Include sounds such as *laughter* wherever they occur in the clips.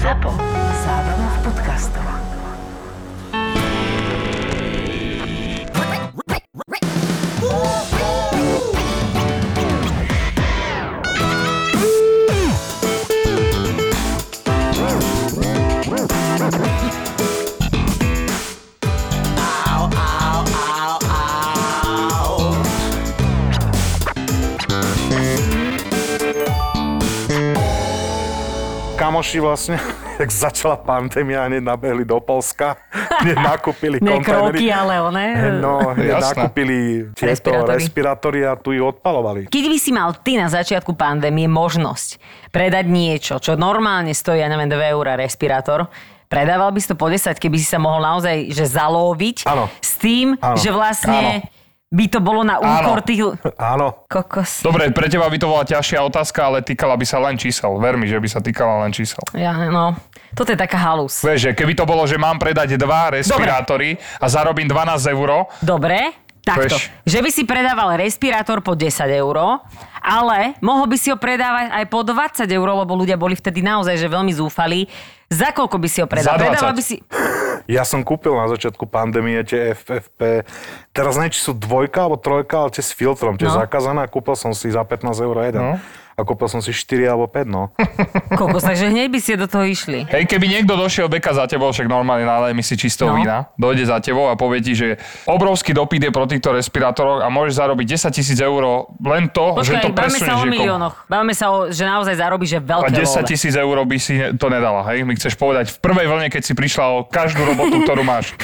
ZAPO. Zábrná v podcastov. kamoši vlastne, *laughs* jak začala pandémia, hneď nabehli do *laughs* Polska, *laughs* hneď nakúpili Ne kontajnery. kroky, ale one. No, hneď Jasné. nakúpili tieto Respirátory. respirátory a tu ich odpalovali. Keď by si mal ty na začiatku pandémie možnosť predať niečo, čo normálne stojí, ja neviem, 2 eurá respirátor, predával by si to po 10, keby si sa mohol naozaj že zalóviť Áno. s tým, Áno. že vlastne by to bolo na úkor tých... Áno, Kokos. Dobre, pre teba by to bola ťažšia otázka, ale týkala by sa len čísel. Ver mi, že by sa týkala len čísel. Ja, no, toto je taká halus. Vieš, že keby to bolo, že mám predať dva respirátory a zarobím 12 eur, Dobre, takto. Veš. Že by si predával respirátor po 10 eur, ale mohol by si ho predávať aj po 20 eur, lebo ľudia boli vtedy naozaj že veľmi zúfali. Za koľko by si ho predal? Za 20. Predával by si... ja som kúpil na začiatku pandémie tie FFP, teraz neviem, či sú dvojka alebo trojka, ale tie s filtrom, tie No. zakázané a kúpil som si za 15 eur jeden. No. A kúpil som si 4 alebo 5, no. Kokos, takže hneď by ste do toho išli. Hej, keby niekto došiel beka za tebou, však normálne nalej mi si No. čistého no. vína, dojde za tebou a povie ti, že obrovský dopyt je pro týchto respirátoroch a môžeš zarobiť 10 tisíc eur len to, že to Počkaj, bavme sa presunieš o niekomu. miliónoch. Bavme sa o, že naozaj zarobí, že A veľké 10 love. tisíc eur by si ne- to nedala, hej? Mi chceš povedať v prvej vlne, keď si prišla o každú robotu, ktorú *laughs* máš.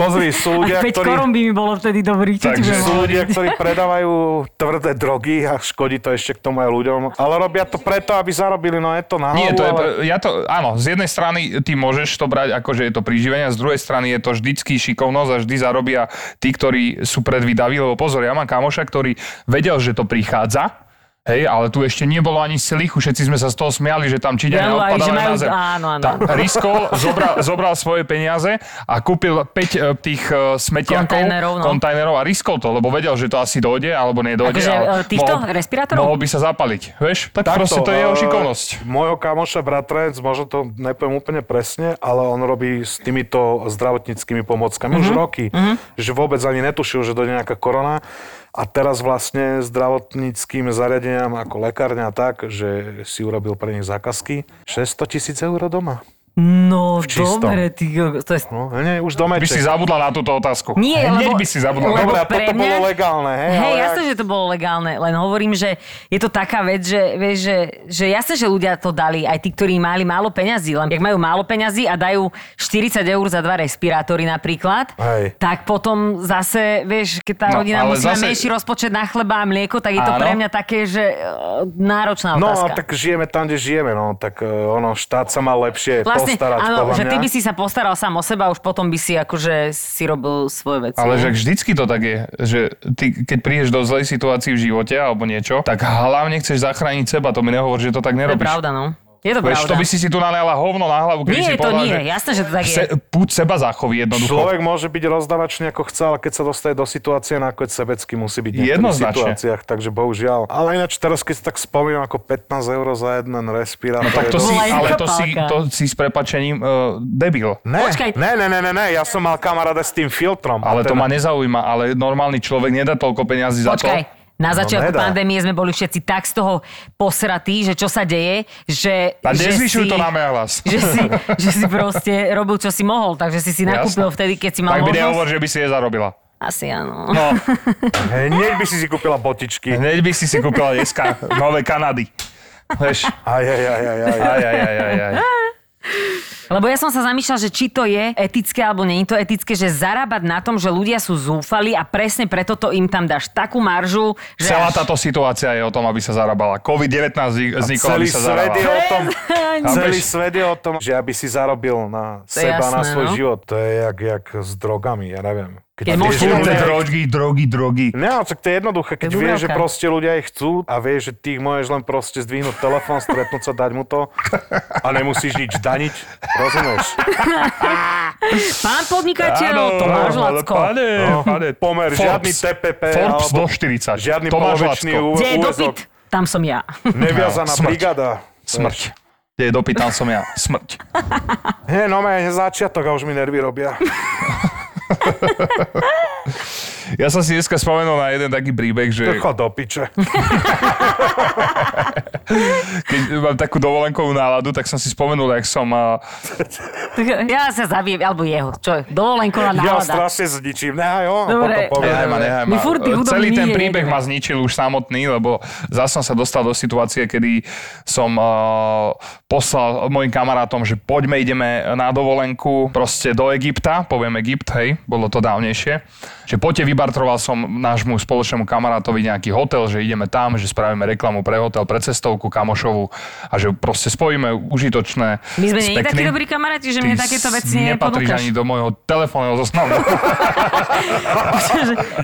Pozri, sú ľudia, A 5 ktorí... korún by mi bolo vtedy dobrý. Čo ti Takže budem Sú hovoriť? ľudia, *laughs* ktorí predávajú tvrdé drogy a škodí to ešte k tomu aj ľuďom. Ale robia to preto, aby zarobili, no je to na hlavu, Nie, to je, ale... pre- ja to, áno, z jednej strany ty môžeš to brať ako, že je to príživenie, a z druhej strany je to vždycky šikovnosť a vždy zarobia tí, ktorí sú predvídaví, lebo pozor, ja mám kamoša, ktorý vedel, že to prichádza, Hej, ale tu ešte nebolo ani slichu, všetci sme sa z toho smiali, že tam čiňania Áno, aj, odpadali že majú- na zem. áno, áno. Tá, riskol, zobral, zobral svoje peniaze a kúpil 5 tých e, smetiakov, Kontajnerov, no. kontajnerov a riskol to, lebo vedel, že to asi dojde alebo nedojde. Akože, ale e, týchto respirátorov? Mohol by sa zapaliť, vieš? Tak proste to e, je jeho eh, šikovnosť. Mojho kamoša bratranec, možno to nepoviem úplne presne, ale on robí s týmito zdravotníckými pomockami Mhm. už roky. Že vôbec ani netušil, že dojde nejaká korona. A teraz vlastne zdravotníckým zariadeniam ako lekárňa tak, že si urobil pre nich zákazky 600 tisíc eur doma. No, čistom. dobre, ty... kokos, To je... No, nie, už doma by si zabudla na túto otázku. Nie, Hneď lebo- by si zabudla. lebo Dobre, a pre toto mňa- bolo legálne, hej? Hej, ale jasné, ak- že to bolo legálne, len hovorím, že je to taká vec, že, vieš, že, že jasné, že ľudia to dali, aj tí, ktorí mali málo peňazí, len ak majú málo peňazí a dajú 40 eur za dva respirátory napríklad, Hej. tak potom zase, vieš, keď tá No, rodina ale musí mať zase- menší rozpočet na chleba a mlieko, tak je to Áno. pre mňa také, že e, náročná No, otázka. tak žijeme tam, kde žijeme, no. Tak eh, ono, štát sa mal lepšie Vlastne, postarať, áno, podľa že mňa. ty by si sa postaral sám o seba, už potom by si akože si robil svoje veci. Ale že vždycky to tak je, že ty, keď prídeš do zlej situácii v živote alebo niečo, tak hlavne chceš zachrániť seba. To mi nehovor, že to tak to je nerobíš. pravda, no. Je to Vieš, pravda. to by si si tu naliala hovno na hlavu, keď si nie, to povedala, nie, že jasné, že to tak je. se, púd seba zachoví jednoducho. Človek môže byť rozdávačný ako chce, ale keď sa dostane do situácie, na ako sebecky musí byť v niektorých Jednoznačne. situáciách, takže bohužiaľ. Ale ináč teraz, keď si tak spomínam, ako 15 eur za jeden respirátor. No, tak to je si, bola dosť- aj ale to si, kapálka. to si s prepačením uh, debil. Ne, Počkaj. ne, ne, ne, ne, ne, ja som mal kamaráda s tým filtrom. A Ale teda to ten- ma nezaujíma, ale normálny človek nedá toľko peniazy za to. Teda- Počkaj, na No, začiatku nedá. pandémie sme boli všetci tak z toho posratí, že čo sa deje, že... A že nezvyšuj si- to na mňa hlas. *laughs* Že *laughs* si, že si proste robil, čo si mohol, takže si si nakúpil Jasné. vtedy, keď si mal Tak by nehovor, možnosť. že by si nezarobila. Asi áno. No, Hneď by si si kúpila botičky. hneď by si si kúpila dneska nové Kanady. Vieš, Aj, aj, aj, aj, aj. aj, aj, aj, aj, aj. *laughs* Lebo ja som sa zamýšľal, že či to je etické alebo nie je to etické, že zarábať na tom, že ľudia sú zúfali a presne preto to im tam dáš takú maržu, že Celá až- táto situácia je o tom, aby sa zarábala. COVID-19 vz- vznikol, aby Celý svet sa je zarábala. o tom, Chápeš? celý svet je o tom, že aby si zarobil na To je seba, na jasné, svoj no. život. To je jak, jak s drogami, ja neviem. Keď vieš, môžeš- že Furt tie ľudia- drogy, drogy, drogy. Ne, ale tak to je jednoduché, keď To je vieš, že bubravka. proste ľudia ich chcú a vieš, že ty ich môžeš len proste zdvihnúť telefón, stretnúť sa, dať mu to a nemusíš nič daniť, *laughs* rozumieš? pán podnikateľ, to máš, Lacko. Pane, No, pane, pomer, žiadny TPP Forbes alebo do 40. Žiadny Tomáš polovičný Lacko. ú- Kde je úvezok, dopyt? Tam som ja. *laughs* neviazaná Smrť. brigada. Smrť. kde dopýtal som ja smrť. Hej, no mé, začiatok a už mi nervy robia. Ja som si dneska spomenul na jeden taký príbeh, že Chod do piče. keď mám takú dovolenkovú náladu, tak som si spomenul, jak som... a, Ja sa zabijem, alebo jeho. Čo je? Dovolenko na Ja ho nálada. strašne zničím. Nehaj ho, Dobre. potom poviem. Nehaj ma, nehaj My ma. furt tých hudobných E, Celý ten nie je príbeh jeden. ma zničil už samotný, lebo zase som sa dostal do situácie, kedy som uh, poslal mojim kamarátom, že poďme, ideme na dovolenku proste do Egypta, poviem Egypt, hej, bolo to dávnejšie. Že poďte, vybartroval som nášmu spoločnému kamarátovi nejaký hotel, že ideme tam, že spravíme reklamu pre hotel, pre cestovku kamošovú a že proste spojíme užitočné My sme s nie takí pekným. dobrí kamaráti, že Ty mne takéto veci nepatríš neponúkaš. ani do môjho telefónneho *laughs* zoznamu.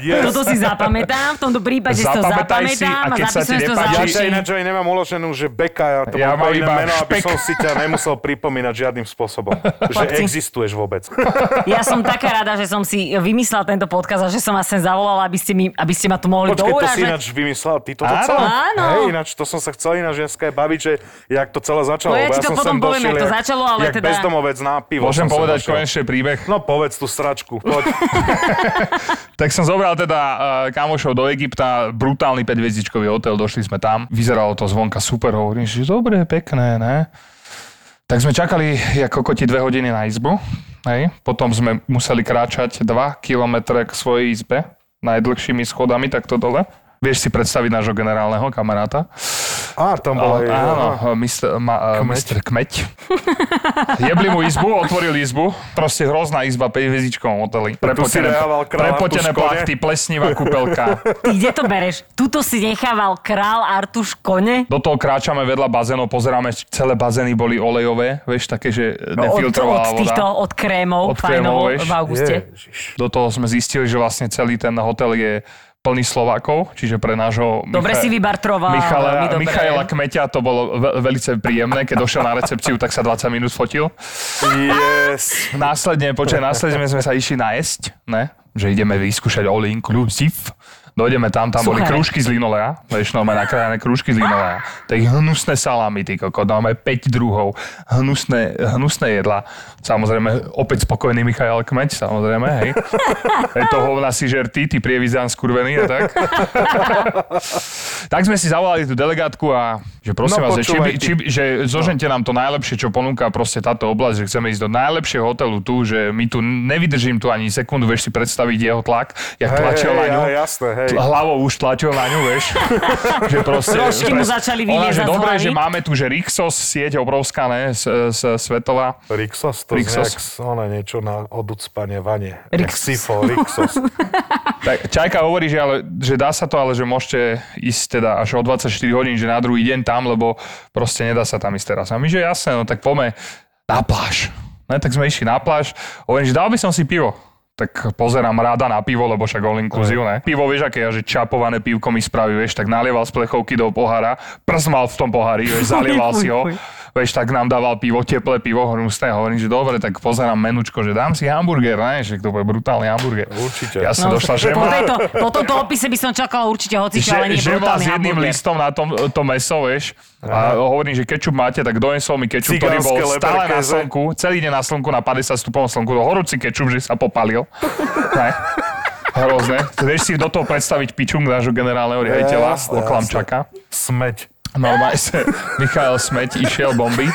Že Toto si zapamätám, v tomto prípade si to Zapamätaj si, zapamätám a keď a sa ti zapisujem si to za nepáči- Ja Či- ťa ináč aj nemám uloženú, že Beka, ja to Ja ja mám mám iné iba meno, aby špek. som si ťa nemusel pripomínať žiadnym *laughs* spôsobom, že Chlapci. existuješ vôbec. Ja som taká rada, že som si vymyslela tento podcast a že som vás sem zavolala, aby ste, mi, aby ste ma tu mohli Počkej, to si dourážať. ináč vymyslel, ty toto Áno. celé? Áno. Hej, ináč to som sa chcel ináč dneska aj baviť, že jak to celé začalo. No ja lebo ti to som potom sem poviem, došiel jak to jak- začalo, ale jak teda- bezdomovec na pivo. Môžem som sem povedať došiel. konečne príbeh. No povedz tú sračku, *laughs* poď. Tak som zobral teda uh, kamošov do Egypta, brutálny 5-hviezdičkový hotel, došli sme tam. Vyzeralo to zvonka super, hovorím, že dobre, pekné, ne? Tak sme čakali ako koti dve hodiny na izbu. Hej. Potom sme museli kráčať 2 kilometre k svojej izbe najdlhšími schodami, takto dole. Vieš si predstaviť nášho generálneho kamaráta? Á, tam bola Ale, jej... No, áno, mistr, ma, Kmeď. mistr Kmeď. Jebli mu izbu, otvoril izbu. Proste hrozná izba, 5 hviezdičkovom hoteli. si Prepotené, reával kráľa prepotené v Tuškone. plachty, plesnivá *laughs* kúpelka. Ty kde to bereš? Tuto si nechával král Artuš kone? Do toho kráčame vedľa bazénov, pozeráme, či celé bazény boli olejové, vieš, také, že Od, No, od nefiltrovaná týchto, voda. od krémov, Od krémov, fajnovo, vieš. v auguste. Do toho sme zistili, že vlastne celý ten hotel je plný Slovákov, čiže pre nášho Dobre Micha- si vybartroval. Michala, veľmi dobre. Michaela Kmeťa to bolo ve- veľmi príjemné, keď došiel na recepciu, tak sa 20 minút fotil. Yes. Následne, počkaj, následne sme sa išli najesť, ne? že ideme vyskúšať all inclusive. Dojdeme tam, tam boli Suché. krúžky z linolea, vieš, no nakrájané krúžky z linolea. Tak hnusné salámy, ty koko, dáme 5 druhov, hnusné, hnusné jedla. Samozrejme, opäť spokojný Michal Kmeď, samozrejme, hej. Je to hovna si žertý, ty prievizán skurvený a *laughs* tak. tak sme si zavolali tú delegátku a že prosím No, vás, že či, by, počúvaj ty. No. či, by- že zožente nám to najlepšie, čo ponúka proste táto oblasť, že chceme ísť do najlepšieho hotelu tu, že my tu nevydržím tu ani sekundu, vieš si predstaviť jeho tlak, jak Hej, tlačil hej, na ňu. hej, jasné, hej. Tl- Hlavou už tlačil na ňu, *laughs* vieš. že proste, Rožky mu začali Ona, že vyliezať z dobre, hlavy. že máme tu, že Rixos, sieť obrovská, ne, s, s, svetová. Rixos, to Rixos. Rixos. Nejak, ona niečo na oducpanie vane. Rixos. Sifo, *laughs* Rixos. Tak Čajka hovorí, že, ale, že dá sa to, ale že môžete ísť teda až o 24 hodín, že na druhý deň tam, lebo proste nedá sa tam ísť teraz. A my, že jasné, no tak poďme na pláž. No tak sme išli na pláž, hovorím, že dal by som si pivo. Tak pozerám ráda na pivo, lebo však all inclusive, ne? Pivo, vieš, aké je, že čapované pivko mi spraví, vieš, tak nalieval z plechovky do pohára, prst mal v tom pohári, vieš, zalieval Fuj, si ho fuj. vieš, tak nám dával pivo, teplé pivo, hnusné, hovorím, že dobre, tak pozerám menučko, že dám si hamburger, ne, že to bude brutálny hamburger. Určite. Ja som No, došla, že po, má, tejto, po tomto opise by som čakala určite hocičo, ale nie že, že má brutálny s jedným hamburger. listom na tom, to meso, vieš. A hovorím, že kečup máte, tak donesol mi kečup, ktorý Cigánske bol stále na leberkeze. slnku, celý deň na slnku, na 50 stupňovom slnku, to horúci kečup, že *laughs* sa popalil. ne? Hrozné. Vieš si do toho predstaviť pičung nášho generálneho Jasné, riaditeľa, jasné. Oklamčaka. Smeď. Normálne sa Michal Smeť išiel bomby.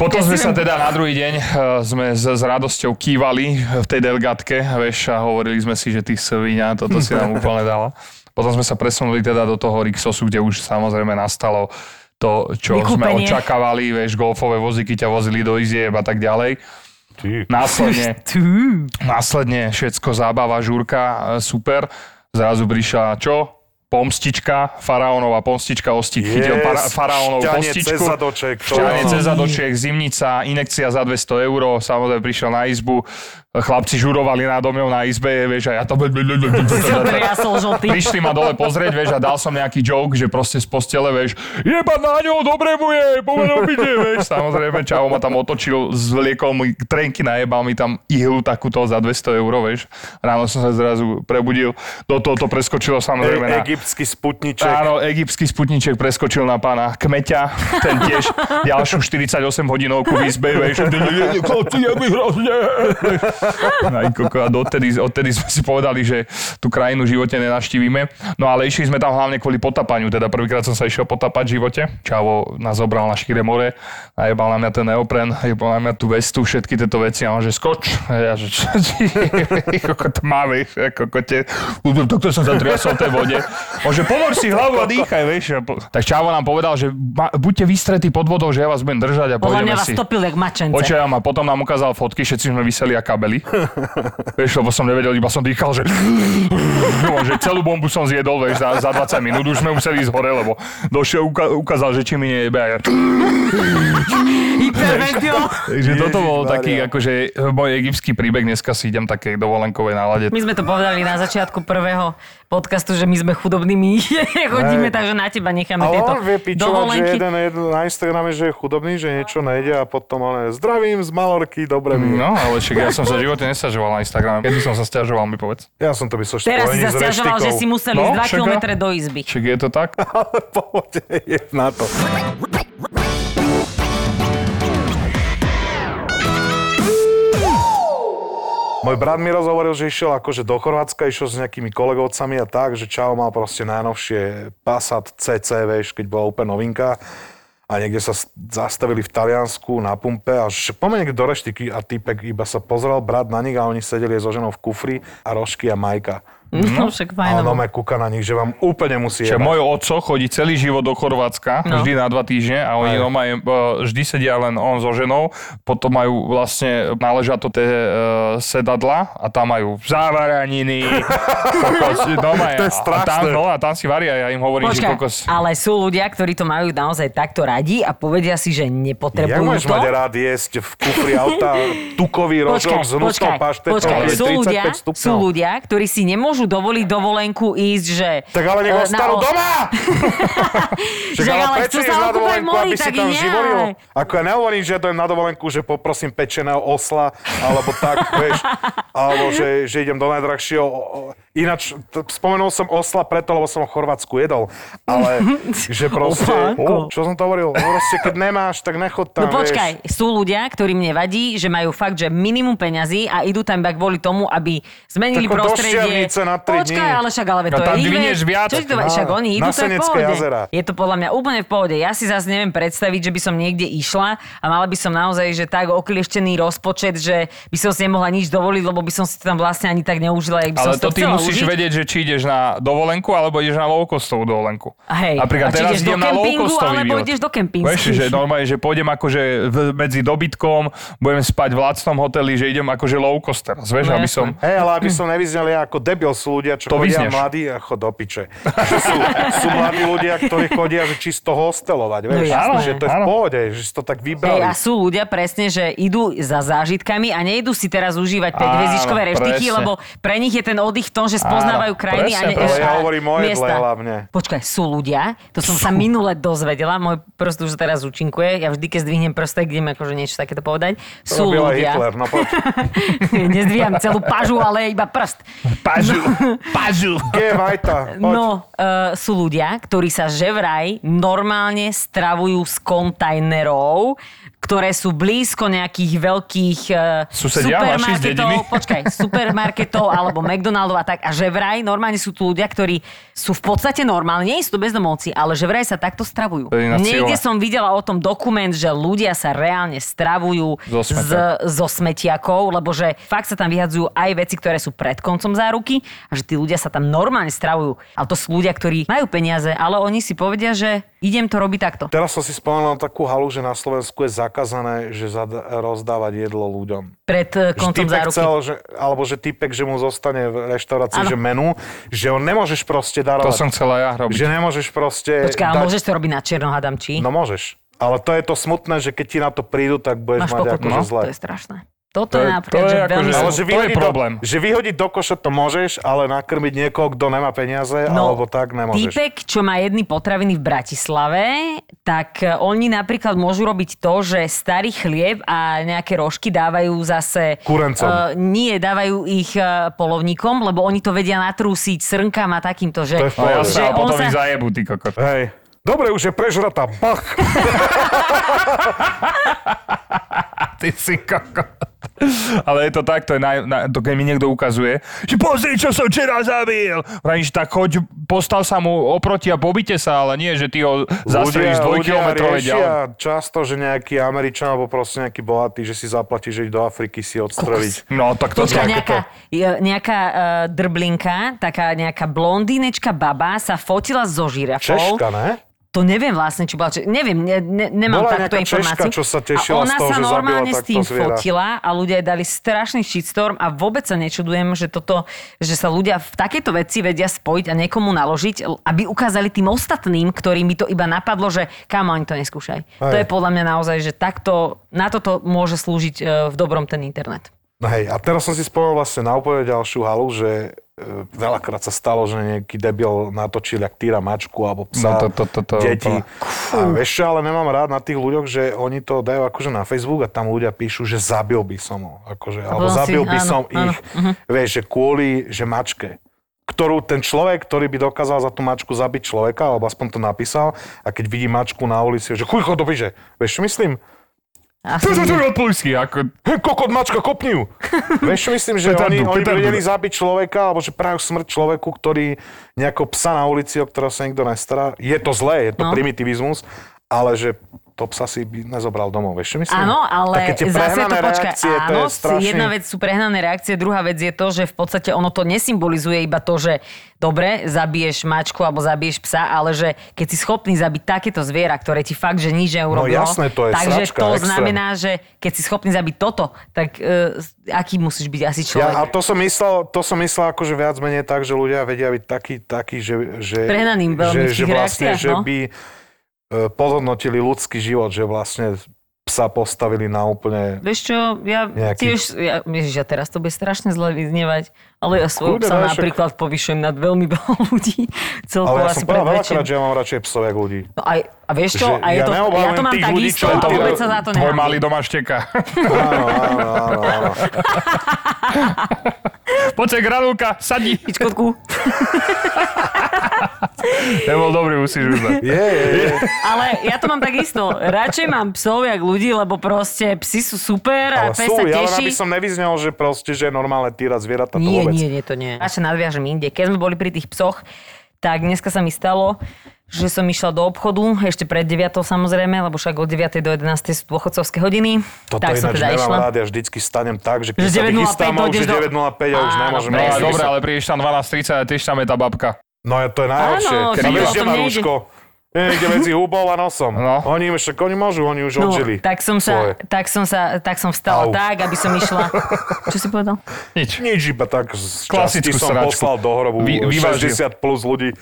Potom sme sa teda na druhý deň eh, sme s, s radosťou kývali v tej delgatke, vieš, a hovorili sme si, že ty svinia, toto si nám úplne dala. Potom sme sa presunuli teda do toho Rixosu, kde už samozrejme nastalo to, čo Vykúpenie. sme očakávali, vieš, golfové vozíky ťa vozili do izieb a tak ďalej. Ty. *laughs* Následne Tú. Následne všetko zábava, žúrka, e, super. Zrazu prišla čo? Pomstička, faraónova pomstička, ostík yes, chytil para, faraónov šťanie pomstičku. cez zadoček, to- Šťanie cez zadočiek, zimnica, inekcia za 200 eur, samozrejme prišiel na izbu, chlapci žurovali nad domov na izbe, vieš, a ja to... Si *laughs* *laughs* sa triasol žltý. Prišli ma dole pozrieť, vieš, a dal som nejaký joke, že proste z postele, vieš, jeba na ňo, dobre mu je, poďme obide, vieš. Samozrejme, čavo ma tam otočil, zvliekol mi trenky, najebal mi tam ihlu takúto za 200 eur, vieš. Ráno som sa zrazu prebudil, do toho to preskočilo E- samozrejme na, Egypt egyptský sputniček. Áno, egyptský sputniček preskočil na pána Kmeťa, ten tiež ďalšiu 48 hodinovku v izbe, vieš, "No, chlapci, je mi hrozne. Aj koko, A dotedy, odtedy sme si povedali, že tú krajinu v živote nenaštívime. No ale išli sme tam hlavne kvôli potapaniu, teda prvýkrát som sa išiel potapať v živote. Čavo nás zobral na šíre more a jebal na mňa ten neopren, jebal na mňa tú vestu, všetky tieto veci a on že skoč. A ja že čo ti *laughs* je, koko tmavý, kokote. Takto som sa triasol v tej vode. On že pomor si hlavu a dýchaj, vieš. A po- Tak Čavo nám povedal, že ma- buďte vystretí pod vodou, že ja vás budem Podľa držať a mňa pôjdeme vás si. topil jak mačence. Počujem a potom nám ukázal fotky, všetci sme vyseli a kabely. Vieš, lebo som nevedel, iba som dýchal, že... *laughs* No, že celú bombu som zjedol, vieš, za, za 20 minút už sme museli ísť hore, lebo došiel, uka- ukázal, že či mi nejebe a ja... Hyperventil. *laughs* Takže toto bol Ježišmaria. taký, akože môj egyptský príbeh, dneska si idem takej dovolenkovej nálade. My sme to povedali na začiatku prvého podcastu, že my sme chudobní, my *laughs* chodíme, Hej. takže na teba necháme Ale tieto on vie pičovať, že dovolenky. jeden, jeden na Instagrame, že je chudobný, že niečo nejde a potom ale zdravím z Malorky, dobre mi. je." No, ale však ja som sa v živote nestiažoval na Instagrame. Kedy som sa stiažoval, mi povedz. Ja som to by som Teraz si spojený sa s stiažoval, že reštikou. si musel ísť No, 2 však km áno. do izby. Čiže je to tak? Ale *laughs* pohode, je na to. Môj brat mi raz hovoril, že išiel akože do Chorvátska, išiel s nejakými kolegovcami a tak, že čau mal proste najnovšie Passat CC, vieš, keď bola úplne novinka a niekde sa s- zastavili v Taliansku na pumpe a že poďme niekde do reštiky a týpek iba sa pozrel brat na nich a oni sedeli so ženou v kufri a rožky a majka. No, však fajn. A on nome kúka na nich, že vám úplne musí Čiže jebať. môj oco chodí celý život do Chorvátska, No. no. vždy na dva týždne a oni Aj. doma je, e, vždy sedia len on so ženou, potom majú vlastne náležato tie e, sedadla a tam majú *laughs* závaraniny, kokos, doma je. To je a, tam, strašné. no, a tam si varia, ja im hovorím, že Počkaj, kokos... ale sú ľudia, ktorí to majú naozaj takto radi a povedia si, že Jak nepotrebujú Teda to. máš mať rád jesť v kufri auta tukový rožok Počkaj, s hnusnou počkaj, paštetou? počkaj, ale sú ľudia, 35 stupňov. sú ľudia, ktorí si nemôžu dovoliť dovolenku ísť, že... Tak ale nech eh, na ostanú o- *laughs* doma! Však Že ale prečo chcú sa ideš na okúpať v dovolenku, mori, aby si tak tam i ne. živoril? Ako ja nehovorím, že ja idem na dovolenku, že poprosím pečeného osla, alebo *laughs* tak, vieš, alebo že, že idem do najdrahšieho. o- o- Ináč, t- spomenul som osla preto, lebo som ho v Chorvátsku jedol, *laughs* ale že proste, Opánko. čo som to hovoril, proste keď nemáš, tak No nechod tam, vieš. počkaj, sú ľudia, ktorým nevadí, že majú fakt, že minimum peňazí a idú tam iba kvôli tomu, aby zmenili Tako do prostredie. Štiavnice na tri počkaj, dni. ale však ale veď No to tam je ich dvinieš vec. viac. Čo ti to, však Áno, oni idú, to je na v Senecké pohode. jazera. Je to podľa mňa úplne v pohode. Ja si zase neviem predstaviť, že by som niekde išla a mala by som naozaj že tak oklieštený rozpočet, že by som si nemohla nič dovoliť, lebo by som si to tam vlastne ani tak neužila, jak by Ale som si to ty chcela musíš užiť. vedieť, že či ideš na dovolenku, alebo ideš na low-costovú dovolenku. A hej, a Napríklad či teraz ideš do idem na kempingu, low-costový alebo výlet. ideš do kempinských. Vieš, že normálne, že pôjdem akože v, medzi dobytkom, budem spať v lacnom hoteli, že idem akože low-cost teraz, vieš, No aby jasné. som... Hej, ale aby som nevyznel ja ako debil, sú ľudia, čo To chodia vyzneš. mladí a chod do piče. Že sú, sú mladí ľudia, ktorí chodia že čisto hostelovať, No vieš, jasné. že to je v Áno. pohode, že si to tak Hej, vybrali. a sú ľudia presne, že idú za zážitkami a nejdu si teraz užívať 5 Áno, hviezdičkové reštiky, presne. lebo pre nich je ten oddych v tom, že spoznávajú Áno, krajiny presne, a, ne, presne. Ale ja a hovorím o jedle miesta. hlavne. Počkaj, sú ľudia, to som sa minule dozvedela, môj prst už teraz účinkuje, ja vždy, keď zdvihnem prstek, idem akože niečo takéto povedať. To Sú robil aj ľudia, *laughs* Hitler, no poď. nezdvíjam celú pažu, ale iba prst. *laughs* Pažu, pažu. Kde je Vajta? Poď. No, uh, sú ľudia, ktorí sa že vraj normálne stravujú z kontajnerov, ktoré sú blízko nejakých veľkých uh, Susedia, vaši z dediny? *laughs* supermarketov, počkaj, supermarketov alebo McDonaldov a tak. A že vraj normálne sú tu ľudia, ktorí sú v podstate normálni, nie sú to bezdomovci, ale že vraj sa takto stravujú. To je ináč Niekde silné. som videla o tom dokument, že ľudia sa reálne stravujú Zo smetiak. z, zo smetiakov, lebo že fakt sa tam vyhadzujú aj veci, ktoré sú pred koncom záruky a že tí ľudia sa tam normálne stravujú. Ale to sú ľudia, ktorí majú peniaze, ale oni si povedia, že idem to robiť takto. Teraz som si spomenul na takú halu, že na Slovensku je zakázané, že zad- rozdávať jedlo ľuďom. Pred eh, Že koncom týpek záruky. Chcel, že, alebo že typek, že mu zostane v reštaurácii, Áno. že menu, že on nemôžeš proste darovať. To som chcela ja robiť. Že nemôžeš proste... Počkaj, ale eh, dať- môžeš to robiť na čierno, hádam, či? No môžeš. Ale to je to smutné, že keď ti na to prídu, tak budeš Máš mať pokutu, akože no? zle. to je strašné. Toto je napríklad, to že je veľmi... Ale... akože- ale- to je vyhodiť problém. Do, že vyhodiť do koša to môžeš, ale nakrmiť niekoho, kto nemá peniaze, no, alebo tak nemôžeš. Týpek, čo má jedny potraviny v Bratislave, tak eh, oni napríklad môžu robiť to, že starý chlieb a nejaké rožky dávajú zase... Kurencom. Eh, nie, dávajú ich eh, polovníkom, lebo oni to vedia natrúsiť srnkám a takýmto, že... To je v No pohode. jasné, že a on potom sa- ich zajebú, ty kokot. Hej. Dobre, už je prežratá. Pach. Ty si kokot. Ale je to tak, to je naj, na, to keď mi niekto ukazuje, že pozri, čo som včera zabil. Vrajím, že tak choď, postav sa mu oproti a pobite sa, ale nie, že ty ho zastrelíš z dvojkilometrovej ďalej. riešia často, že nejaký Američan alebo proste nejaký bohatý, že si zaplatí, že ide do Afriky si odstreliť. No, tak to Počkaj, tak- nejaká, je- nejaká uh, drblinka, taká nejaká blondínečka baba sa fotila so žirafou. Češka, ne? To neviem vlastne, či bola Češka. Neviem, ne, ne, nemám Bola takúto nejaká Češka, informáciu. čo sa tešila a ona sa z toho, že zabila normálne s takto tým zviera. fotila a ľudia jej dali strašný shitstorm a vôbec sa nečudujem, že toto, že sa ľudia v takéto veci vedia spojiť a niekomu naložiť, l- aby ukázali tým ostatným, ktorým by to iba napadlo, že kámo, ani to neskúšaj. To je podľa mňa naozaj, že takto, na toto môže slúžiť e, v dobrom ten internet. No hej, a teraz som si spomenul vlastne na úplne ďalšiu halu, že e, veľakrát sa stalo, že nejaký debil natočil, jak týra mačku alebo psa, No to- to- to- to- deti. to- A vieš čo, ale nemám rád na tých ľuďoch, že oni to dajú akože na Facebook a tam ľudia píšu, že zabil by som ho. Akože, alebo potom si- zabil by áno, som áno, mhm. ich. Vieš, že kvôli, že mačke ktorú ten človek, ktorý by dokázal za tú mačku zabiť človeka, alebo aspoň to napísal, a keď vidí mačku na ulici, že chuj, chod do piže. Vieš, čo myslím? Asi To- *laughs* to- nie. to- to- Polsky, ako... Hej, kokot, mačka, kopni ju. Vieš, čo myslím, že Petardu, oni, oni by petardu. vedeli zabiť človeka, alebo že prajú smrť človeku, ktorý nejako psa na ulici, o ktorého sa nikto nestará. Je to zlé, je to No. primitivizmus, ale že to psa si by nezobral domov, vieš, čo myslím? Áno, ale Také tie zase to prehnané počkaj, reakcie, to áno, je strašný... jedna vec sú prehnané reakcie, druhá vec je to, že v podstate ono to nesymbolizuje iba to, že dobre, zabiješ mačku alebo zabiješ psa, ale že keď si schopný zabiť takéto zviera, ktoré ti fakt, že nič neurobilo, No jasné, to je takže sračka, to extrém. znamená, že keď si schopný zabiť toto, tak e, aký musíš byť asi človek? Ja, a to som myslel, to som myslel akože viac menej tak, že ľudia vedia byť takí, takí že, že, Prehnaným veľmi v že, že tých vlastne, reakciách, že no. by e, podhodnotili ľudský život, že vlastne psa postavili na úplne... Vieš čo, ja Nejaký- tiež, ja, ježiš, ja teraz to bude strašne zle vyznievať, ale ja svojho Kľudne, psa no, však- napríklad povyšujem nad veľmi *laughs* veľa ľudí. Celkovo Ale ja asi som povedal pred veľakrát, väčším- že ja mám radšej psov, jak ľudí. No aj, a vieš čo, Že a je ja to, ja neobávam to mám tých tak ľudí, isto čo a to- vôbec sa za to Tvoj malý nehambím. doma *laughs* šteka. Áno, áno, áno, áno. Poďte, granulka, sadí. Pičkotku. Ten bol dobrý, musíš uznať. Je, je, je. Ale ja to mám tak isto. Radšej mám psov, jak ľudí, lebo proste psi sú super a Ale pes sú, sa ja len teší. aby som nevyznel, že proste, že je normálne týrať zvieratá, to Nie, vôbec. nie, nie, to nie. Radšej nadviažem inde. Keď sme boli pri tých psoch, tak dneska sa mi stalo, že som išla do obchodu, ešte pred 9 samozrejme, lebo však od 9 do 11 sú dôchodcovské hodiny. Toto tak som ináč teda nemám išla. rád, ja vždycky stanem tak, že keď Že sa 9:05 vychystám a už dojdeš je do- 9.05 a už Áno, nemôžem. presne. ísť. No, ale Ja dobre, som- ale prídeš tam 12.30 a tiež tam je tá babka. No ja to je najhoršie. Áno, Keď že vieš, o že tom má nejde. rúško. Niekde medzi hubou a nosom. No. Oni, však, oni môžu, oni už No, odžili. tak som, sa, svoje. tak, som sa, tak som vstala Au. tak, aby som *laughs* išla... Čo si povedal? Nič. Nič iba tak z časti Klasickú som sračku. poslal do hrobu Vy- vyvážil. 60 plus *laughs* ľudí.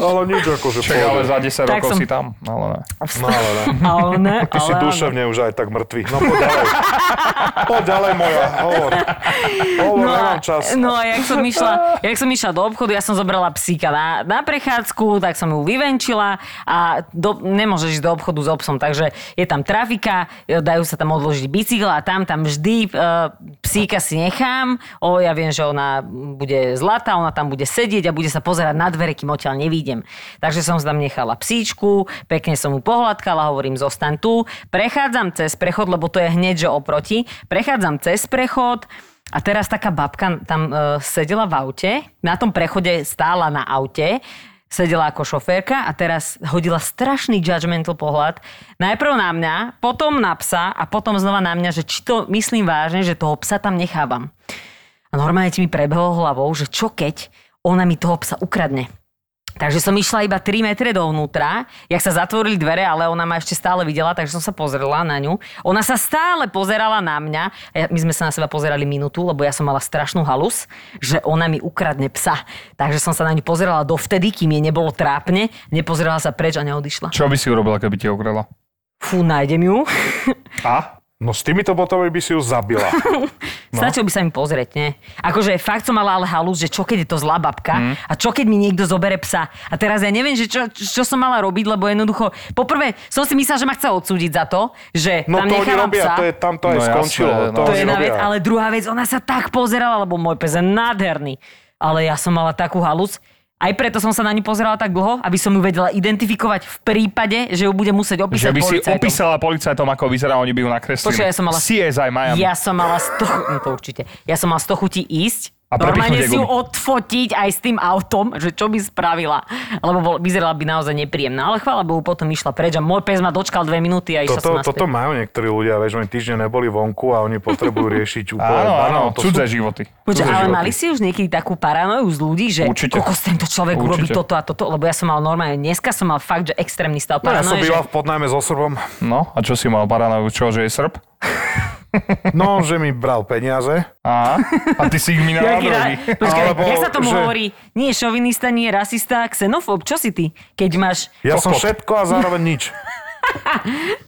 Ale nič akože Čak, ale za 10 Tak rokov som- si tam. Ale ne. No, ale ne. Ale ne, Ty si ale- duševne už aj tak mŕtvy. No poď ďalej. poď ďalej moja, hovor. Hovor, No a, nemám čas. no a jak som, išla, jak som išla do obchodu, ja som zobrala psíka na, na prechádzku, tak som ju vyvenčila a do, nemôžeš ísť do obchodu s obsom, takže je tam trafika, e, dajú sa tam odložiť bicykel a tam, tam vždy e, psíka si nechám, o, ja viem, že ona bude zlatá, ona tam bude sedieť a bude sa pozerať na dvere, kým odtiaľ nevídem. Takže som tam nechala psíčku, pekne som mu pohľadkala, hovorím, zostan tu, prechádzam cez prechod, lebo to je hneď, že oproti, prechádzam cez prechod, a teraz taká babka tam e, sedela v aute, na tom prechode stála na aute, sedela ako šoférka a teraz hodila strašný judgmental pohľad. Najprv na mňa, potom na psa a potom znova na mňa, že či to myslím vážne, že toho psa tam nechávam. A normálne ti mi prebehlo hlavou, že čo keď ona mi toho psa ukradne. Takže som išla iba 3 metre dovnútra, jak sa zatvorili dvere, ale ona ma ešte stále videla, takže som sa pozrela na ňu. Ona sa stále pozerala na mňa, a ja- my sme sa na seba pozerali minútu, lebo ja som mala strašnú halus, že ona mi ukradne psa. Takže som sa na ňu pozerala dovtedy, kým jej nebolo trápne, nepozerala sa preč a neodišla. Čo by si urobila, keby ti okrela? Fú, nájdem ju. A? No s týmito botami by si ju zabila. No. Stačilo by sa mi pozrieť, nie? Akože fakt som mala ale halus, že čo keď je to zlá babka mm. a čo keď mi niekto zobere psa. A teraz ja neviem, že čo, čo som mala robiť, lebo jednoducho, poprvé som si myslela, že ma chce odsúdiť za to, že No tam to oni nechávam robia, psa. to je, tam to aj No jasné, skončilo. no. To oni je jedna vec, robia. ale druhá vec, ona sa tak pozerala, lebo môj pes je nádherný. Ale ja som mala takú halus, aj preto som sa na ňu pozerala tak dlho, aby som ju vedela identifikovať v prípade, že ju budem musieť opísať Že by si policajtom. opísala policajtom, ako vyzerá, oni by ju nakreslili. Počkaj, ja som mala- CSI Miami. Ja som mala sto... No *laughs* to určite. Ja som mala sto chutí ísť. A normálne si prepichnúť jej ju gumy. odfotiť aj s tým autom, že čo by spravila. Lebo bol, vyzerala by naozaj nepríjemná. Ale chvála Bohu, potom išla preč a môj pes ma dočkal dve minúty a išla som Toto, naspäť. toto majú niektorí ľudia, vieš, oni týždeň neboli vonku a oni *laughs* potrebujú riešiť úplne Áno, áno, banál, to sú- cudze životy. Počkaj, Cudze ale životy. mali si už niekedy takú paranoju z ľudí, že Určite. kokos tento človek Určite. urobí toto a toto, lebo ja som mal normálne, dneska som mal fakt, že extrémny stav No, ja som paranoje, že býval v podnájme so Srbom. No, a čo si mal paranoju? Čo, že je Srb? No, že mi bral peniaze. Á, a ty si ich mi na Jaký ra- Počkaj, Alebo, jak sa tomu že- hovorí? Nie je šovinista, nie je rasista, xenofób, čo si ty? Keď máš... Ja som Kokot. všetko a zároveň nič.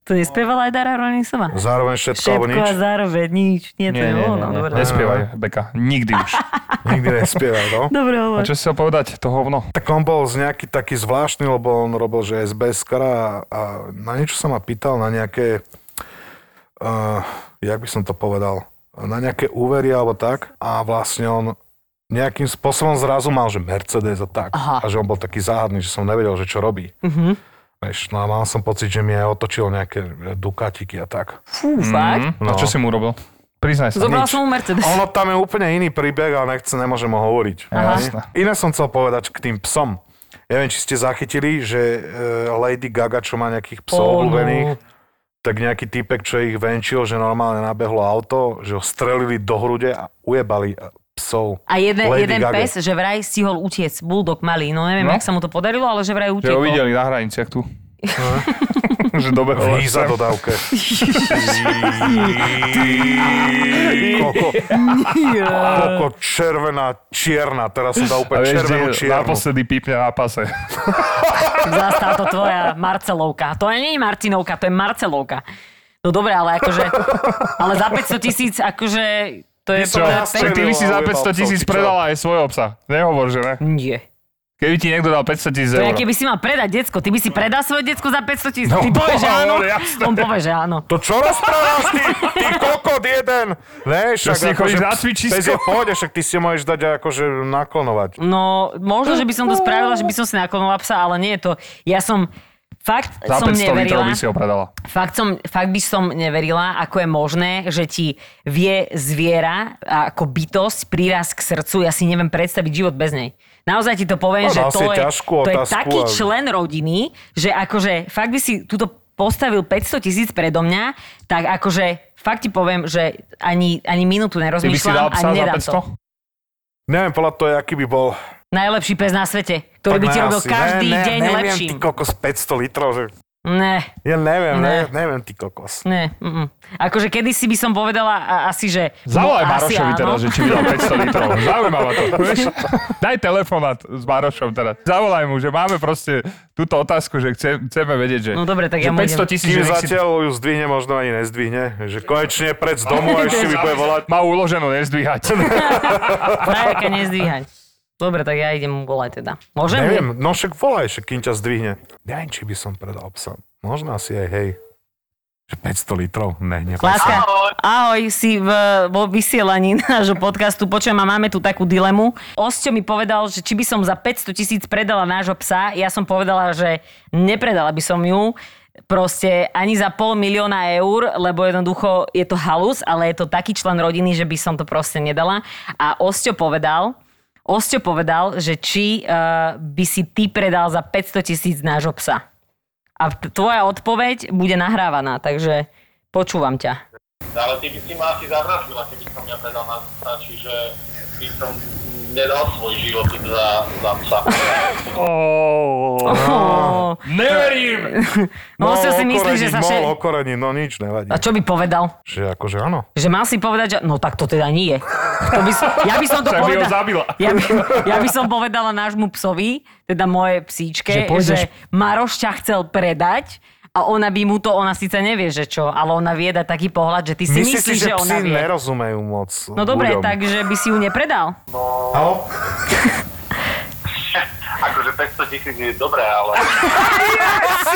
To nespievala aj Dara Ronisova? Zároveň všetko, alebo Všetko nič. a zároveň nič. Nie, to Nie, je nie, ono. nie, nie. Dobre, Nespievaj, Beka. Nikdy *laughs* už. Nikdy nespieval, no. dobre A hovor. čo si chcel povedať? To hovno. Tak on bol z nejaký taký zvláštny, lebo on robil, že SBS kara a, a na niečo sa ma pýtal, na nejaké, uh, jak by som to povedal, na nejaké úvery alebo tak a vlastne on nejakým spôsobom zrazu mal, že Mercedes a tak. Aha. A že on bol taký záhadný, že som nevedel, že čo robí. Mhm. Vieš, no a mal som pocit, že mi aj otočil nejaké e, dukatiky a tak. Fú, fakt? No. A čo si mu urobil? Priznaj sa. Zobral Nič. som mu Mercedes. Ono tam je úplne iný príbeh, ale nechce, nemôžem ho hovoriť. Aha. Hej? Iné som chcel povedať k tým psom. Neviem, či ste zachytili, že e, Lady Gaga, čo má nejakých Oh, psov no. obľúbených, tak nejaký typek, čo ich venčil, že normálne nabehlo auto, že ho strelili do hrude a ujebali e, psov. A jeden, Lady jeden Gaga. pes, že vraj stihol utiec, bulldog malý, no neviem, No. no? jak sa mu to podarilo, ale že vraj Že ho utiekol. *laughs* videli na hraniciach tu. že dobre. *laughs* Líza dodávke. Koko, koko červená, čierna. Teraz som dal A úplne vieš, červenú kde čiernu. naposledy pípne na pase. Zás táto tvoja Marcelovka. To nie je Martinovka, to je Marcelovka. No dobre, ale akože... Ale za 500 tisíc, akože... To je... Čo? *laughs* som ja Tak ty by si za 500 tisíc Ty čo? predala aj svojho psa. Nehovor, že ne. Nie. Keby ti niekto dal 500 tisíc To eur. je, keby si mal predať decko. Ty by si predal svoje decko za 500 tisíc. No, Ty povieš, že áno. *laughs* ale jasné. On povie, že áno. To čo rozprávaš ty, ty kokot jeden? Ne, však akože si chodíš na cvičisko? pes je v pohode, však ty si ho môžeš dať akože naklonovať. No, možno, že by som to spravila, že by som si naklonila psa, ale nie je to. Ja som fakt Za som 500 litrov neverila. by si ho predala. Fakt, som, fakt by som neverila, ako je možné, že ti vie zviera a ako bytosť príraz k srdcu. Ja si neviem predstaviť život bez nej. Naozaj ti to poviem, No, že dal to si je, ťažkú to je otázku taký a- člen rodiny, že akože fakt by si túto postavil 500 tisíc predo mňa, tak akože fakt ti poviem, že ani, ani minútu Ty by si nerozmýšľam a dal psa za nedám to. 500? Neviem, podľa toho, aký by bol. Najlepší pes na svete, ktorý by ti ne, robil asi. každý ne, ne, deň neviem, lepším. ty kokos 500 litrov, že... Ne, Ja neviem, ne. Ne. neviem, ty kokos. ne, mm, mm. Akože kedysi by som povedala a, asi, že... Zavolaj no, asi Marošovi áno. teraz, že *laughs* či mi dal 500 litrov. Zaujímavá to. vieš? Daj telefonát s Marošom teraz. Zavolaj mu, že máme proste túto otázku, že chce, chceme vedieť, že, No dobre, tak ja že mu 500 idem. tisíc, Kým že nech si... zatiaľ ju zdvihne, možno ani nezdvihne. Že konečne je pred z domu a ešte mi bude volať. Má uloženú *laughs* nezdvíhať. Frajerka nezdvíhať. Dobre, tak ja idem volať teda. Môžem? Neviem, no však volaj, však kým ťa zdvihne. Neviem, či by som predal psa. Možno asi aj, hej. Že 500 litrov? Ne, ne. Láska, ahoj. ahoj, si v, vo vysielaní *laughs* nášho podcastu. Počujem a máme tu takú dilemu. Osťo mi povedal, že či by som za 500 tisíc predala nášho psa. Ja som povedala, že nepredala by som ju proste ani za pol milióna eur, lebo jednoducho je to halus, ale je to taký člen rodiny, že by som to proste nedala. A Osťo povedal, Osťo povedal, že či uh, by si ty predal za 500 tisíc nášho psa. A t- tvoja odpoveď bude nahrávaná, takže počúvam ťa. No, Ale ty by si ma asi zavraždila, keby som mňa predal na psa, čiže by som nedal svoj život za, za psa. Oh, Oh. neverím! No, no si myslí, že okoreniť sa... Mohol Še... okoreniť, no nič, nevadí. A čo by povedal? Že akože áno. Že mal si povedať, že... No tak to teda nie. To by som... Ja by som to Tak by ho povedala... zabila. Ja by, ja by som povedala nášmu psovi, teda mojej psíčke, Že pôjdeš- že, Maroš ťa chcel predať a ona by mu to, ona síce nevie, že čo, ale ona vie dať taký pohľad, že ty si Myslíš myslíš, si, že že ona psi vie. nerozumejú moc No dobre, ľuďom. takže by si ju nepredal. Haló? Akože 500 tisíc je dobré, ale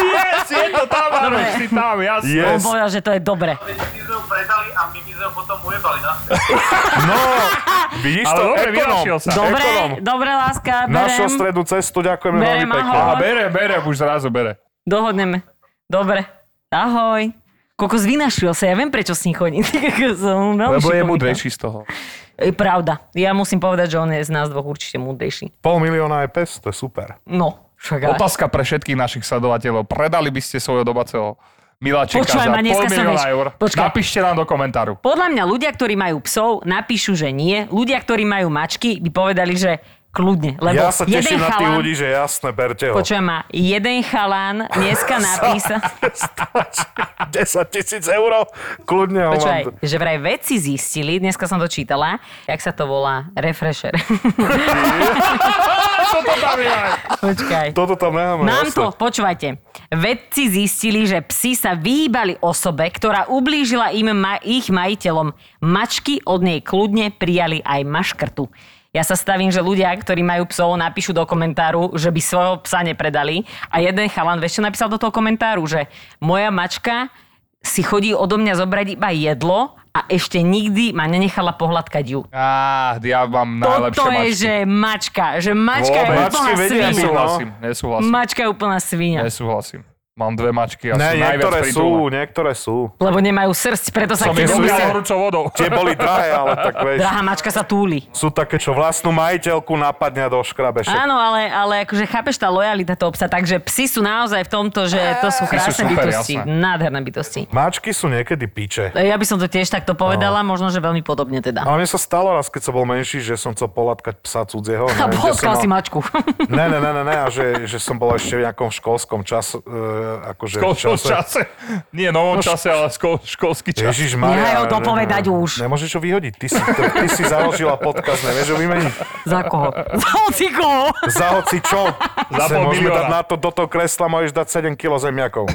Yes, je to tam, áno, si tam, jasne. On Yes. povedal, že to je dobre. my by sme ju predali a my by sme ju potom ujebali na *laughs* No, vidíš Ale to? dobre, ekonom. vynašiel sa. Dobre, Ekonom. dobre, láska, Našiel berem, strednú cestu, ďakujeme Berem, veľmi pekne. A ahoj. bere, bere, už zrazu bere. dohodneme. Dobre, ahoj. Kokos vynašiel sa, ja viem, prečo s ním chodí. Ty *laughs* kokos, on veľmi Lebo je šikovný. múdrejší z toho. E, Pravda. Ja musím povedať, že on je z nás dvoch určite múdrejší. Pol milióna je pes, to je super. No, však ale. Otázka pre všetkých našich sledovateľov. Predali by ste svojho dobaceho miláčika Počúvaj za ma, pol dneska som milióna vieš- eur? Počkaj. Napíšte nám do komentáru. Podľa mňa ľudia, ktorí majú psov, napíšu, že nie. Ľudia, ktorí majú mačky, by povedali, že kľudne. Lebo ja sa jeden teším na tých chalán- ľudí, že jasné, berte ho. Počujem ma, jeden chalán *laughs* dneska napísal... 10 tisíc eur, kľudne ho mám. Počúvaj, že vraj vedci zistili, dneska som to čítala, jak sa to volá, *laughs* refresher. Počkaj. Toto tam necháme. Nám jasné. to, počúvajte. Vedci zistili, že psi sa vyhýbali osobe, ktorá ublížila im ma- ich majiteľom. Mačky od nej kľudne prijali aj maškrtu. Ja sa stavím, že ľudia, ktorí majú psov, napíšu do komentáru, že by svojho psa nepredali. A jeden chalan vieš, čo napísal do toho komentáru, že moja mačka si chodí odo mňa zobrať iba jedlo a ešte nikdy ma nenechala pohľadkať ju. Á, ja mám najlepšie Toto je, mačky. že mačka. Že mačka je Vôbec. úplná Mačky vedia svinia. byť, no. Nesúhlasím, nesúhlasím, Mačka je úplná svinia. nesúhlasím. Mám dve Ne, mačky a sú najviac niektoré pri sú, dome. niektoré sú. Lebo nemajú srdc, preto sa Som k Keď ich tebe sú- umýval sa- horúcou vodou. Tie boli drahé, ale tak vieš. Drahá mačka sa túli. Sú také, čo vlastnú majiteľku napadne a do škrabeše. Áno, ale, ale akože chápeš tá lojalita toho psa, takže psi sú naozaj v tomto, že to sú Psi sú krásne super, bytosti, jasné. nádherné bytosti. Máčky sú niekedy píče. E, Ja by som to tiež takto povedala, No. možno, že veľmi podobne teda. Ale mne sa stalo raz, keď som bol menší, že som chcel polatkať psa cudzieho. A neviem, kde som potkal mal- si mačku. *laughs* Ne, ne, ne, ne, ne, a že, že som bol ešte v nejakom školskom čas, e, akože školskom čase. No čase. Nie novom čase, ale škol, školský čas. Ježiš Nehaj ho Maria. dopovedať ne- ne- už. Nemôžeš ho vyhodiť, ty si, ty si založila podcast, nevieš ho vymeniť. Za *laughs* koho? Za hoci koho? Za hoci čo? Za Sem pol môžeme milióna. dať na to, do toho kresla môžeš dať 7 kg zemiakov.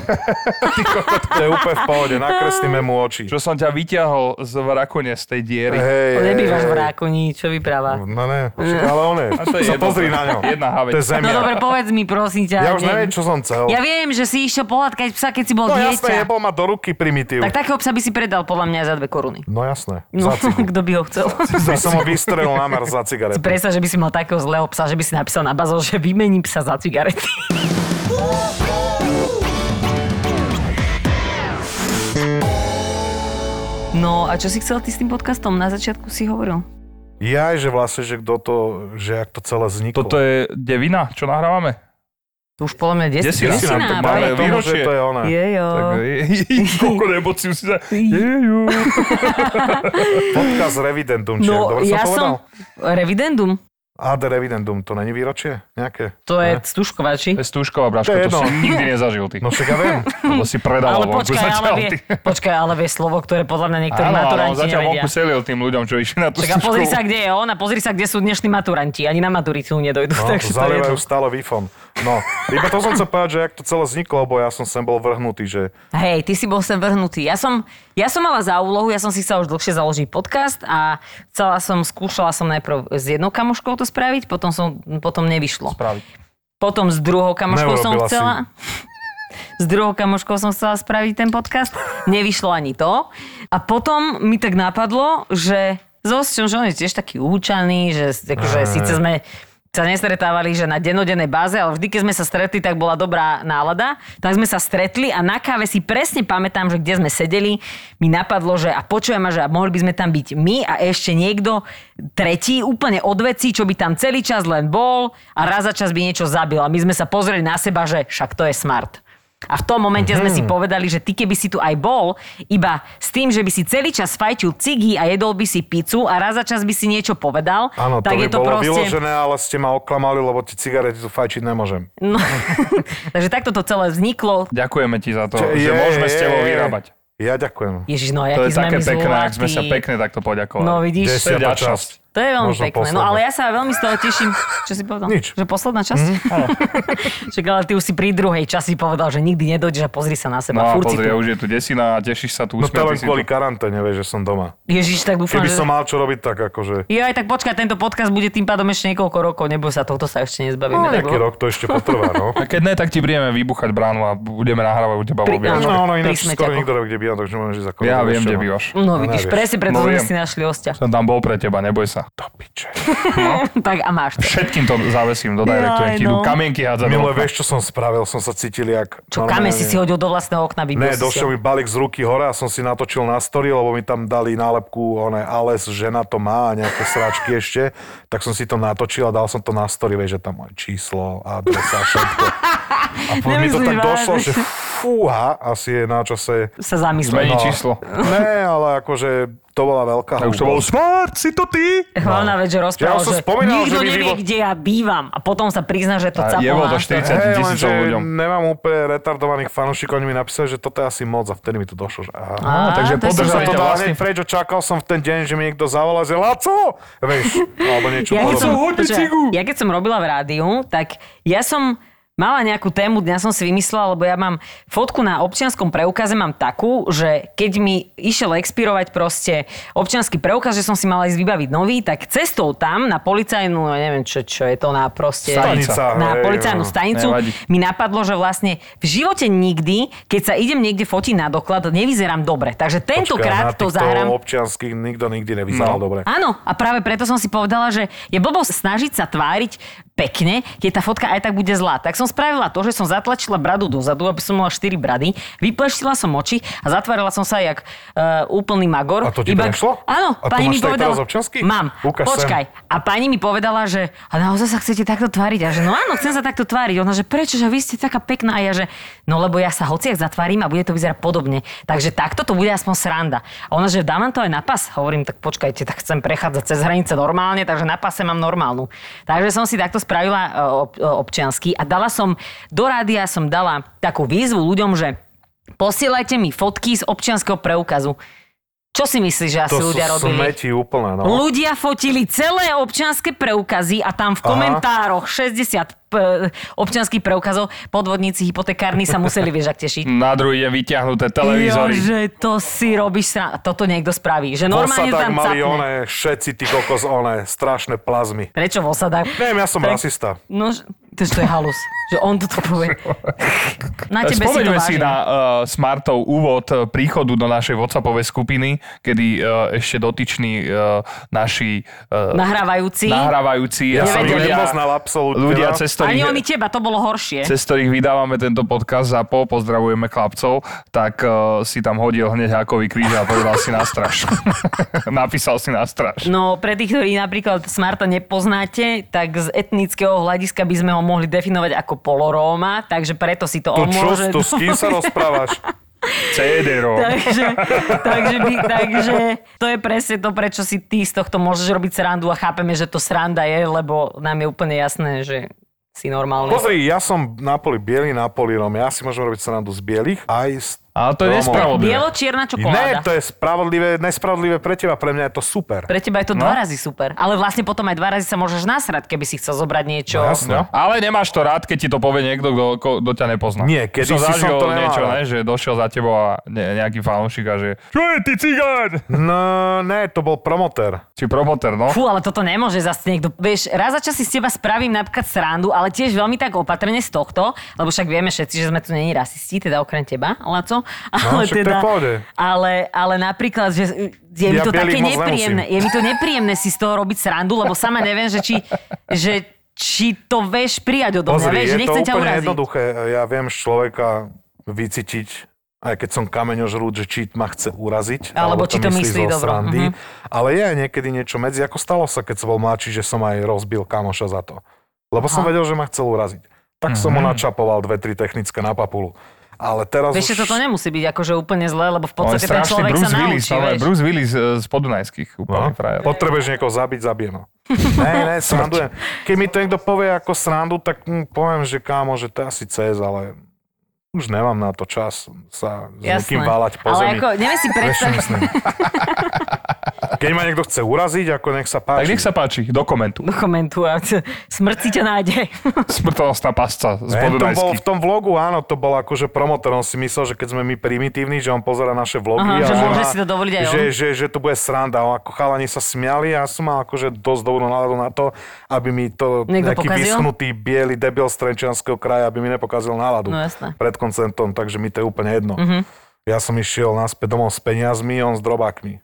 *laughs* to je úplne v pohode, nakreslíme mu oči. Čo som ťa vyťahol z vrakone z tej diery. Hej, Nebývaš v Rákoni, čo vypráva. No ne, však, ale on je. A to je Sa jedno. pozri na ňo. Jedna haveť. To je No zemia. dobre, povedz mi, prosím ťa. ja už neviem, čo som chcel. Ja viem, že si išiel pohľadkať psa, keď si bol no jasné, dieťa. jebol ma do ruky primitív. Tak takého psa by si predal podľa mňa za dve koruny. No jasné, No, za cigu. *laughs* kto by ho chcel? By som ho vystrelil na mar za cigaretu. Predstav, že by si mal takého zlého psa, že by si napísal na bazol, že vymením psa za cigarety. No a čo si chcel ty s tým podcastom? Na začiatku si hovoril. Jaj, že vlastne, že kto to, že jak to celé vzniklo. Toto je devina, čo nahrávame? To už podľa mňa desina. Desina, desina, tak desina máme Práve tomu, že výročie. to je ona. Jejo. *laughs* Koľko nebociu si sa... Podcast Revidendum, či jak No dobre som ja povedal? som... Revidendum. Ad Revidendum, to není výročie nejaké? To je stužkovači. Stúšková, To Braško, je to, jedno. som nikdy nezažil, ty. No však ja *laughs* viem. Lebo si predal Ale počkaj, ale zatiaľ, vie, ty. *laughs* počkaj, ale vie slovo, ktoré podľa mňa niektorí Áno, ale on maturanti zatiaľ nevedia. vonku selil tým ľuďom, čo išli na tú Čaká, pozri sa, stúškovú. kde je on a pozri sa, kde sú dnešní maturanti. Ani na maturitu nedojdu. No, *laughs* takže to je jedno. zalievajú stále výfon. No, iba to som chcel povedať, že jak to celé vzniklo, lebo ja som sem bol vrhnutý, že Hej, ty si bol sem vrhnutý. Ja som, ja som mala za úlohu, ja som si sa už dlhšie založiť podcast a chcela som, skúšala som najprv s jednou kamoškou to spraviť, potom, som, potom nevyšlo. Spraviť. Potom s druhou kamoškou som Neurobila si. chcela... *laughs* S druhou kamoškou som chcela spraviť ten podcast. Nevyšlo ani to. A potom mi tak napadlo, že s Osťom, že on je tiež taký účaný, že akože síce sme sa nestretávali, že na dennodennej báze, ale vždy, keď sme sa stretli, tak bola dobrá nálada. Tak sme sa stretli a na káve si presne pamätám, že kde sme sedeli, mi napadlo, že a počujem, že a mohli by sme tam byť my a ešte niekto tretí úplne odveci, čo by tam celý čas len bol a raz za čas by niečo zabil. A my sme sa pozreli na seba, že však to je smart. A v tom momente sme si povedali, že ty keby si tu aj bol, iba s tým, že by si celý čas fajčil cigy a jedol by si pizzu a raz za čas by si niečo povedal, áno, tak to by je to bolo proste... vyložené, ale ste ma oklamali, lebo tie cigarety tu fajčiť nemôžem. *laughs* No, *laughs* takže takto to celé vzniklo. Ďakujeme ti za to, Čo- No, že je, môžeme je, s tebou je. vyrábať. Ja ďakujem. Ježiš, no To jaký je sme také my pekné, ak zlatí. sme sa pekne takto poďakovali. No vidíš, Desiata vďačnosť. časť. To je veľmi Možno pekné. No posledná. ale ja sa veľmi z toho *laughs* teším. Čo si povedal? Nič. Mhm, Že posledná časť? *laughs* Čak, ale ty už si pri druhej časti povedal, že nikdy nedojdeš a pozri sa na No seba. a Furci pozri, ja už je tu desina a tešíš sa tu No to usmiatý len si kvôli tu. karanténe, vieš, že som doma. Ježiš, tak dúfam, Keby že... som mal čo robiť, tak akože... Jo, aj tak počkaj, tento podcast bude tým pádom ešte niekoľko rokov, nebo sa tohto sa ešte nezbavíme. No, tak nejaký dlho. rok to ešte potrvá, *laughs* no. A keď ne, tak ti prídeme vybuchať bránu a budeme nahrávať u teba v Pri- objažku. áno. No, no ináč prísme skoro ťa. nikto nevie, kde bývam, takže môžem ísť ako... Ja viem, kde bývaš. No No, vidíš, nevieš. presne preto No, sme viem. si našli *laughs* hostia. Som tam bol pre teba, neboj sa. Do piče. tak a máš to. Všetkým to zavesím do Jaj, directu, ti idú no. kamienky hádzať. do Milo, okna. vieš, čo som spravil? Som sa cítil jak... Čo, kame si si hodil do vlastného okna, vybil Ne, si si došiel ho. mi balík z ruky hore a som si natočil na story, lebo mi tam dali nálepku, one, Ales, žena to má a nejaké sráčky ešte, tak som si to natočil a dal som to na story, vieš, že tam moje číslo, adresa, všetko. A potom mi to Nemyslíš tak vážne? došlo, že fúha, asi je na čase... Sa zamyslel. Zmení No. číslo. Ne, ale akože to bola veľká A už to bol hlúposť. smart, si to ty? Hlavná vec, že rozprával, No. Ja som že spomínal, nikto že mi nevie, vyvo- kde ja bývam. A potom sa prizná, že to A capol je bol to na 40 Hej, tisícov lenže ľuďom. nemám úplne retardovaných fanúšikov, oni mi napísali, že toto je asi moc a vtedy mi to došlo, že aha. Á, No, takže to je Že som podržali to ťa dal vlastne. hneď preč, a čakal som v ten deň, že mi niekto zavolá, že Laco! Vieš, alebo niečo Ja keď, som, podobné. hodne počúvaj, cigu. ja keď som robila v rádiu, tak ja som mala nejakú tému, dňa som si vymyslela, lebo ja mám fotku na občianskom preukaze, mám takú, že keď mi išiel expirovať proste občianský preukaz, že som si mala ísť vybaviť nový, tak cestou tam na policajnú, ja neviem čo, čo je to na proste... Stanica, Na hej, policajnú no. stanicu. Nevadí. Mi napadlo, že vlastne v živote nikdy, keď sa idem niekde fotiť na doklad, nevyzerám dobre. Takže tentokrát to zahrám. občianských nikto nikdy nevyzeral No. dobre. Áno, a práve preto som si povedala, že je blbosť snažiť sa tváriť pekne, keď tá fotka aj tak bude zlá. Tak som spravila to, že som zatlačila bradu dozadu, aby som mala 4 brady, vypleštila som oči a zatvárala som sa jak e, úplný magor. A to ti prešlo? Áno, A to pani mi máš tak povedala... teraz občiansky? Mám, Ukáž sem. počkaj. A pani mi povedala, že a naozaj sa chcete takto tváriť? A že no áno, chcem sa takto tváriť. Ona, že prečo, že vy ste taká pekná? A ja, že no lebo ja sa hociak zatvárim a bude to vyzerať podobne. Takže takto to bude aspoň sranda. A ona, že dám vám to aj na pas. Hovorím, tak počkajte, tak chcem prechádzať cez hranice normálne, takže na pase mám normálnu. Takže som si takto spravila e, ob, e, občiansky a dala som, do rádia som dala takú výzvu ľuďom, že posielajte mi fotky z občianskeho preukazu. Čo si myslíš, že asi To sú ľudia robili? smeti úplné, no. Ľudia fotili celé občianske preukazy a tam v Aha. komentároch 60 p- občianských preukazov podvodníci hypotekárni sa museli, vieš, ak *laughs* tešiť. Na druhý deň vyťahnuté televízory. že to si robíš sa... Toto niekto spraví. Že To sa normálne tak tam mali capne. one, všetci tí kokos one, strašné plazmy. Prečo v osadách? Neviem, ja som Tak- rasista. No, že- to, to je halus. Že on toto *laughs* povie. Na tebe si to Spomeňme si, vážim. na uh, Smartov úvod eh, príchodu do našej WhatsAppovej skupiny, kedy uh, ešte dotyční uh, naši uh, Nahrávajúci. nahrávajúci Ja eh, som ich ľudia, nepoznal absolútne. ľudia no. cez Ani ktorých oni teba, to bolo horšie. cez ktorých vydávame tento podcast za po, pozdravujeme chlapcov, tak eh, si tam hodil hneď hákový kríž a povedal si na straž. *laughs* Napísal si na straž. No, pre tých, ktorí napríklad Smarta nepoznáte, tak z etnického hľadiska by sme ho mohli definovať ako poloróma, takže preto si to, To on čo, môže... to s *laughs* kým sa rozprávaš? Cedero. takže, takže, by, takže to je presne to, prečo si ty z tohto môžeš robiť srandu a chápeme, že to sranda je, lebo nám je úplne jasné, že si normálny. Pozri, ja som na poli biely, na poli rom. Ja si môžem robiť srandu z bielých aj z Ale to je Romov. nespravodlivé. Bielo-čierna Ne, čokoláda. to je spravodlivé, nespravodlivé pre teba, pre mňa je to super. Pre teba No. je to dva razy super. Ale vlastne potom aj dva razy sa môžeš nasrať, keby si chcel zobrať niečo. No, jasné. No. Ale nemáš to rád, keď ti to povie niekto, kto, ko, kto ťa nepozná. Nie, kedysi som som zažil to nemal niečo, rád. ne, že došiel za tebou a ne, nejaký fanúšik a že Čo je ty cigáň? No, ne, to bol promotér. Či promoter, no. Fú, ale toto nemôže zase niekto. Vieš, raz za čas si z teba spravím napríklad srandu, ale tiež veľmi tak opatrne z tohto, lebo však vieme všetci, že sme tu není rasisti, teda okrem teba, Laco. Ale, teda- No, však to je v pohode. ale, ale napríklad, že je mi Ja to také bielých moc nepríjemné, je mi to nepríjemné si z toho robiť srandu, lebo sama neviem, že či, že či to vieš prijať odo mňa, Pozri, vieš, je to nechcem ťa úplne uraziť. jednoduché. Ja viem človeka vycítiť, aj keď som kameňožrúd, že či ma chce uraziť. Alebo či to myslí Mhm. zo dobro. Srandy, Ale je aj niekedy niečo medzi, ako stalo sa, keď som bol mladší, že som aj rozbil kamoša za to. Lebo som vedel, že ma chcel uraziť. Tak som Mhm. mu načapoval dve, tri technické na papulu. Ale teraz Vieš, že už... toto nemusí byť akože úplne zlé, lebo v On je podstate ten strašný človek Bruce sa Willis, naučí, no, vieš. Bruce Willis eh, z podunajských, úplný No, no. frajer. potrebuješ niekoho zabiť, zabijem ho. *laughs* Ne, ne, srandujem. Keď mi to niekto povie ako srandu, tak hm, poviem, že kámo, že to je asi cez, ale už nemám na to čas sa s Jasné. niekým válať po Ale *laughs* zemi. ako, neviem si Vieš, *laughs* čo predstaviť, myslím? Keď ma niekto chce uraziť, ako nech sa No. páči. Tak nech sa páči, do komentu. Komentu a *laughs* smrť si ťa nájde. Smrtonosná pasca Ne, to z bol v Podunajských. tom vlogu, áno, to bol akože promotor, on si myslel, že keď sme my primitívni, že on pozera naše vlogy. Aha, že a môže má- si to dovoliť aj že, on. že, že, to bude sranda. A Ako chalani sa smiali a ja som mal akože dosť dobrú náladu na to, aby mi to Niekto nejaký pokazil? vyschnutý biely debil z Trenčianského kraja, aby mi nepokazil náladu No jasné. Mhm. pred koncertom, takže mi to je úplne jedno. Ja som išiel naspäť domov s peniazmi, on s drobákmi.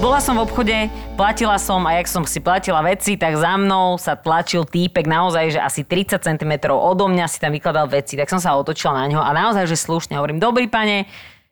Bola som v obchode, platila som a jak som si platila veci, tak za mnou sa tlačil týpek naozaj, že asi 30 cm odo mňa si tam vykladal veci, tak som sa otočila na ňo a naozaj, že slušne hovorím, dobrý pane,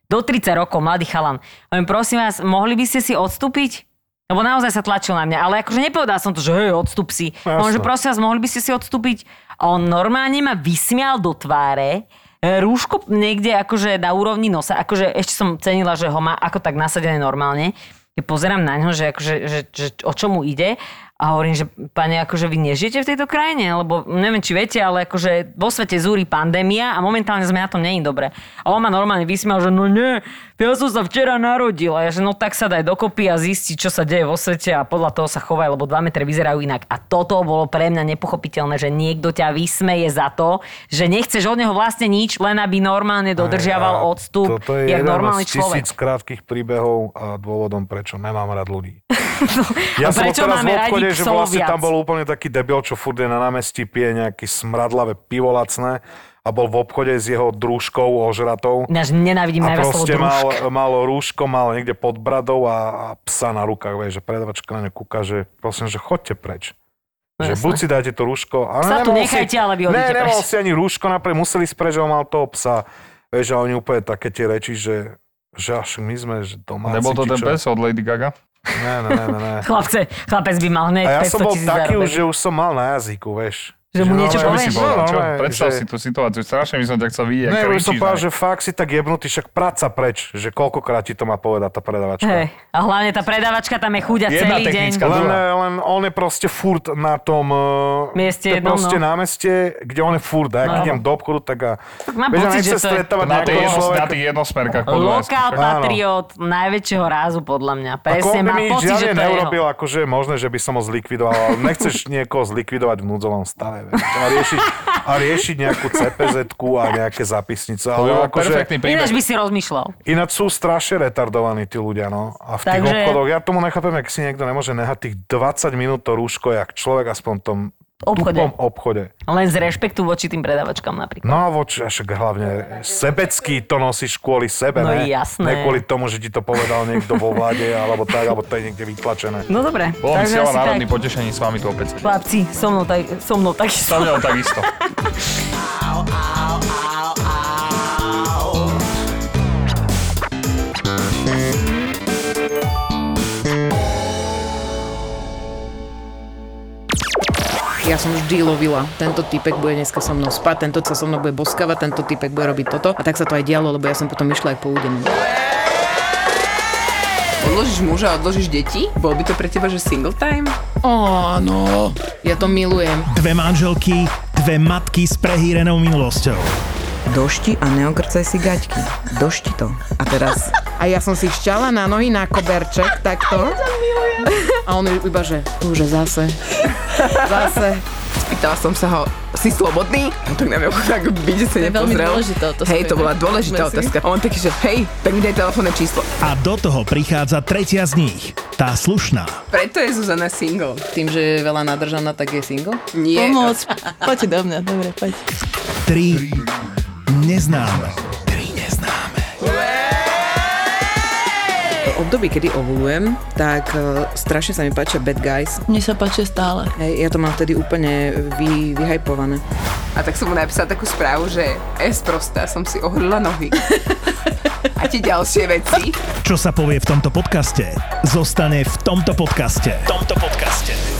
do 30 rokov, mladý chalan. Hovorím, prosím vás, mohli by ste si odstúpiť? Lebo naozaj sa tlačil na mňa, ale akože nepovedal som to, že hej, odstup si. On, No, že jasné. prosím vás, mohli by ste si odstúpiť? A on normálne ma vysmial do tváre, e, rúško niekde akože na úrovni nosa, akože ešte som cenila, že ho má ako tak nasadené normálne. Keď pozerám na ňo, že, akože, že, že o čo mu ide a hovorím, že pane, akože vy nežijete v tejto krajine, lebo neviem, či viete, ale akože vo svete zúri pandémia a momentálne sme na tom není dobre. A on ma normálne vysmial, že no nie, ja som sa včera narodil a ja, že no tak sa daj dokopy a zisti, čo sa deje vo svete a podľa toho sa chovaj, lebo 2 metre vyzerajú inak. A toto bolo pre mňa nepochopiteľné, že niekto ťa vysmeje za to, že nechceš od neho vlastne nič, len aby normálne A dodržiaval odstup, Toto je jak jeden normálny z tisíc človek. krátkých príbehov a dôvodom, prečo nemám rád *laughs* ľudí. No, A Ja som bol prečo teraz v máme radi obchode, že psov vlastne tam viac? bol úplne taký debil, čo furt je na námestí, pije nejaký smradlavé pivo lacné a bol v obchode s jeho družkou ožratou. Ináč nenávidím A najviac slovo proste mal, družka. mal rúško, mal niekde pod bradou a, a psa na rukách, vieš, že predavačka na ňu kúka, že prosím, že chodte preč. No Že jasné. buď si dáte to rúško. Psa A tu nemohol nechajte, ale vy Ne, odíte nemohol preč. si ani rúško, napríklad museli ísť preč, že on mal toho psa. Vieš, a oni úplne také tie reči, že, že až my sme že domáci. Nebol to či ten čo? pes od Lady Gaga? Ne, ne, ne, *laughs* ne. ne. Chlapce, chlapec by mal hneď A ja 500 som bol tisíc taký už, zarobek. že už som mal na jazyku, vieš. Že mu niečo Čo by si Povieš? povedal? Čo? normálne, Predstav No, že- si tú situáciu. Strašne by som ťa chcel vidieť. Ne, už ako som kričíš na povedal, mňa. že fakt si tak jebnutý, však práca preč, že koľkokrát ti to má povedať tá predavačka. Hej. A hlavne tá predávačka tam je chuďa Jedna celý deň. technická Len, Druhá. len on je proste furt na tom eh, Mieste to je jednom, proste no. na meste, kde on je furt. A ja keď No. idem do obchodu, tak a... Tak mám Vieš, a pocit, nechce že to je- stretávať Na, tej nejakého jedno, na človeka. tých jednosmerkách. Lokál Áno. patriot najväčšieho rázu podľa mňa. Ako Presne, on má by mi nič pocit, že to je žiadne jeho. neurobil, akože je možné, že by som ho zlikvidoval, ale nechceš *laughs* niekoho zlikvidovať v núdzovom stave. vieš. A riešiť, a riešiť nejakú cpz a nejaké zapisnice. To Ale by bol akože, perfektný príbeh. Ináč by si rozmýšľal. Ináč sú strašne retardovaní tí ľudia, no. A v tých Takže- obchodoch, ja tomu nechápem, ak si niekto nemôže nehať tých 20 minút to rúško, jak človek aspoň v tom Obchode. tupom obchode. Len z rešpektu voči tým predavačkám napríklad. No a voč, a však hlavne sebecký to nosíš kvôli sebe, No ne? jasné. Ne kvôli tomu, že ti to povedal niekto vo vláde, alebo tak, alebo to je niekde vytlačené. No dobre. Bolo Takže mi siela asi tak. národný potešení s vami tu opäť. sedieť. Chlapci, so mnou, tak, so mnou Sa takisto. mňa takisto. Ja som vždy lovila, tento typek bude dneska so mnou spať, tento sa so mnou bude boskavať, tento typek bude robiť toto. A tak sa to aj dialo, lebo ja som potom išla aj po údenu. Odložíš muža a odložíš deti? Bol by to pre teba, že single time? Áno, ja to milujem. Dve manželky, dve matky s prehýrenou minulosťou. Došti a neokrcaj si gaťky. Došti to. A teraz A ja som si šťala na nohy na koberček, takto. A on iba, že už zase. *laughs* Zase. Spýtala som sa ho, si slobodný? On tak na mňa tak byť sa je veľmi nepozrel. dôležitá otázka Hej, to inak. bola dôležitá Myslím. otázka. A on taký, že hej, tak mi daj telefónne číslo. A do toho prichádza tretia z nich, tá slušná. Preto je Zuzana single. Tým, že je veľa nadržaná, tak je single. Nie. Pomoc. Poďte do mňa, dobre, poď. Tri neznáme. Tri neznáme. v období, kedy ovulujem, tak eh, strašne sa mi páčia bad guys. Mne sa páči stále. Hej, ja to mám vtedy úplne vy, vyhajpované. A tak som mu napísala takú správu, že S prostá, som si ohrla *laughs* nohy. A tie ďalšie veci. Čo sa povie v tomto podcaste, zostane v tomto podcaste. V tomto podcaste.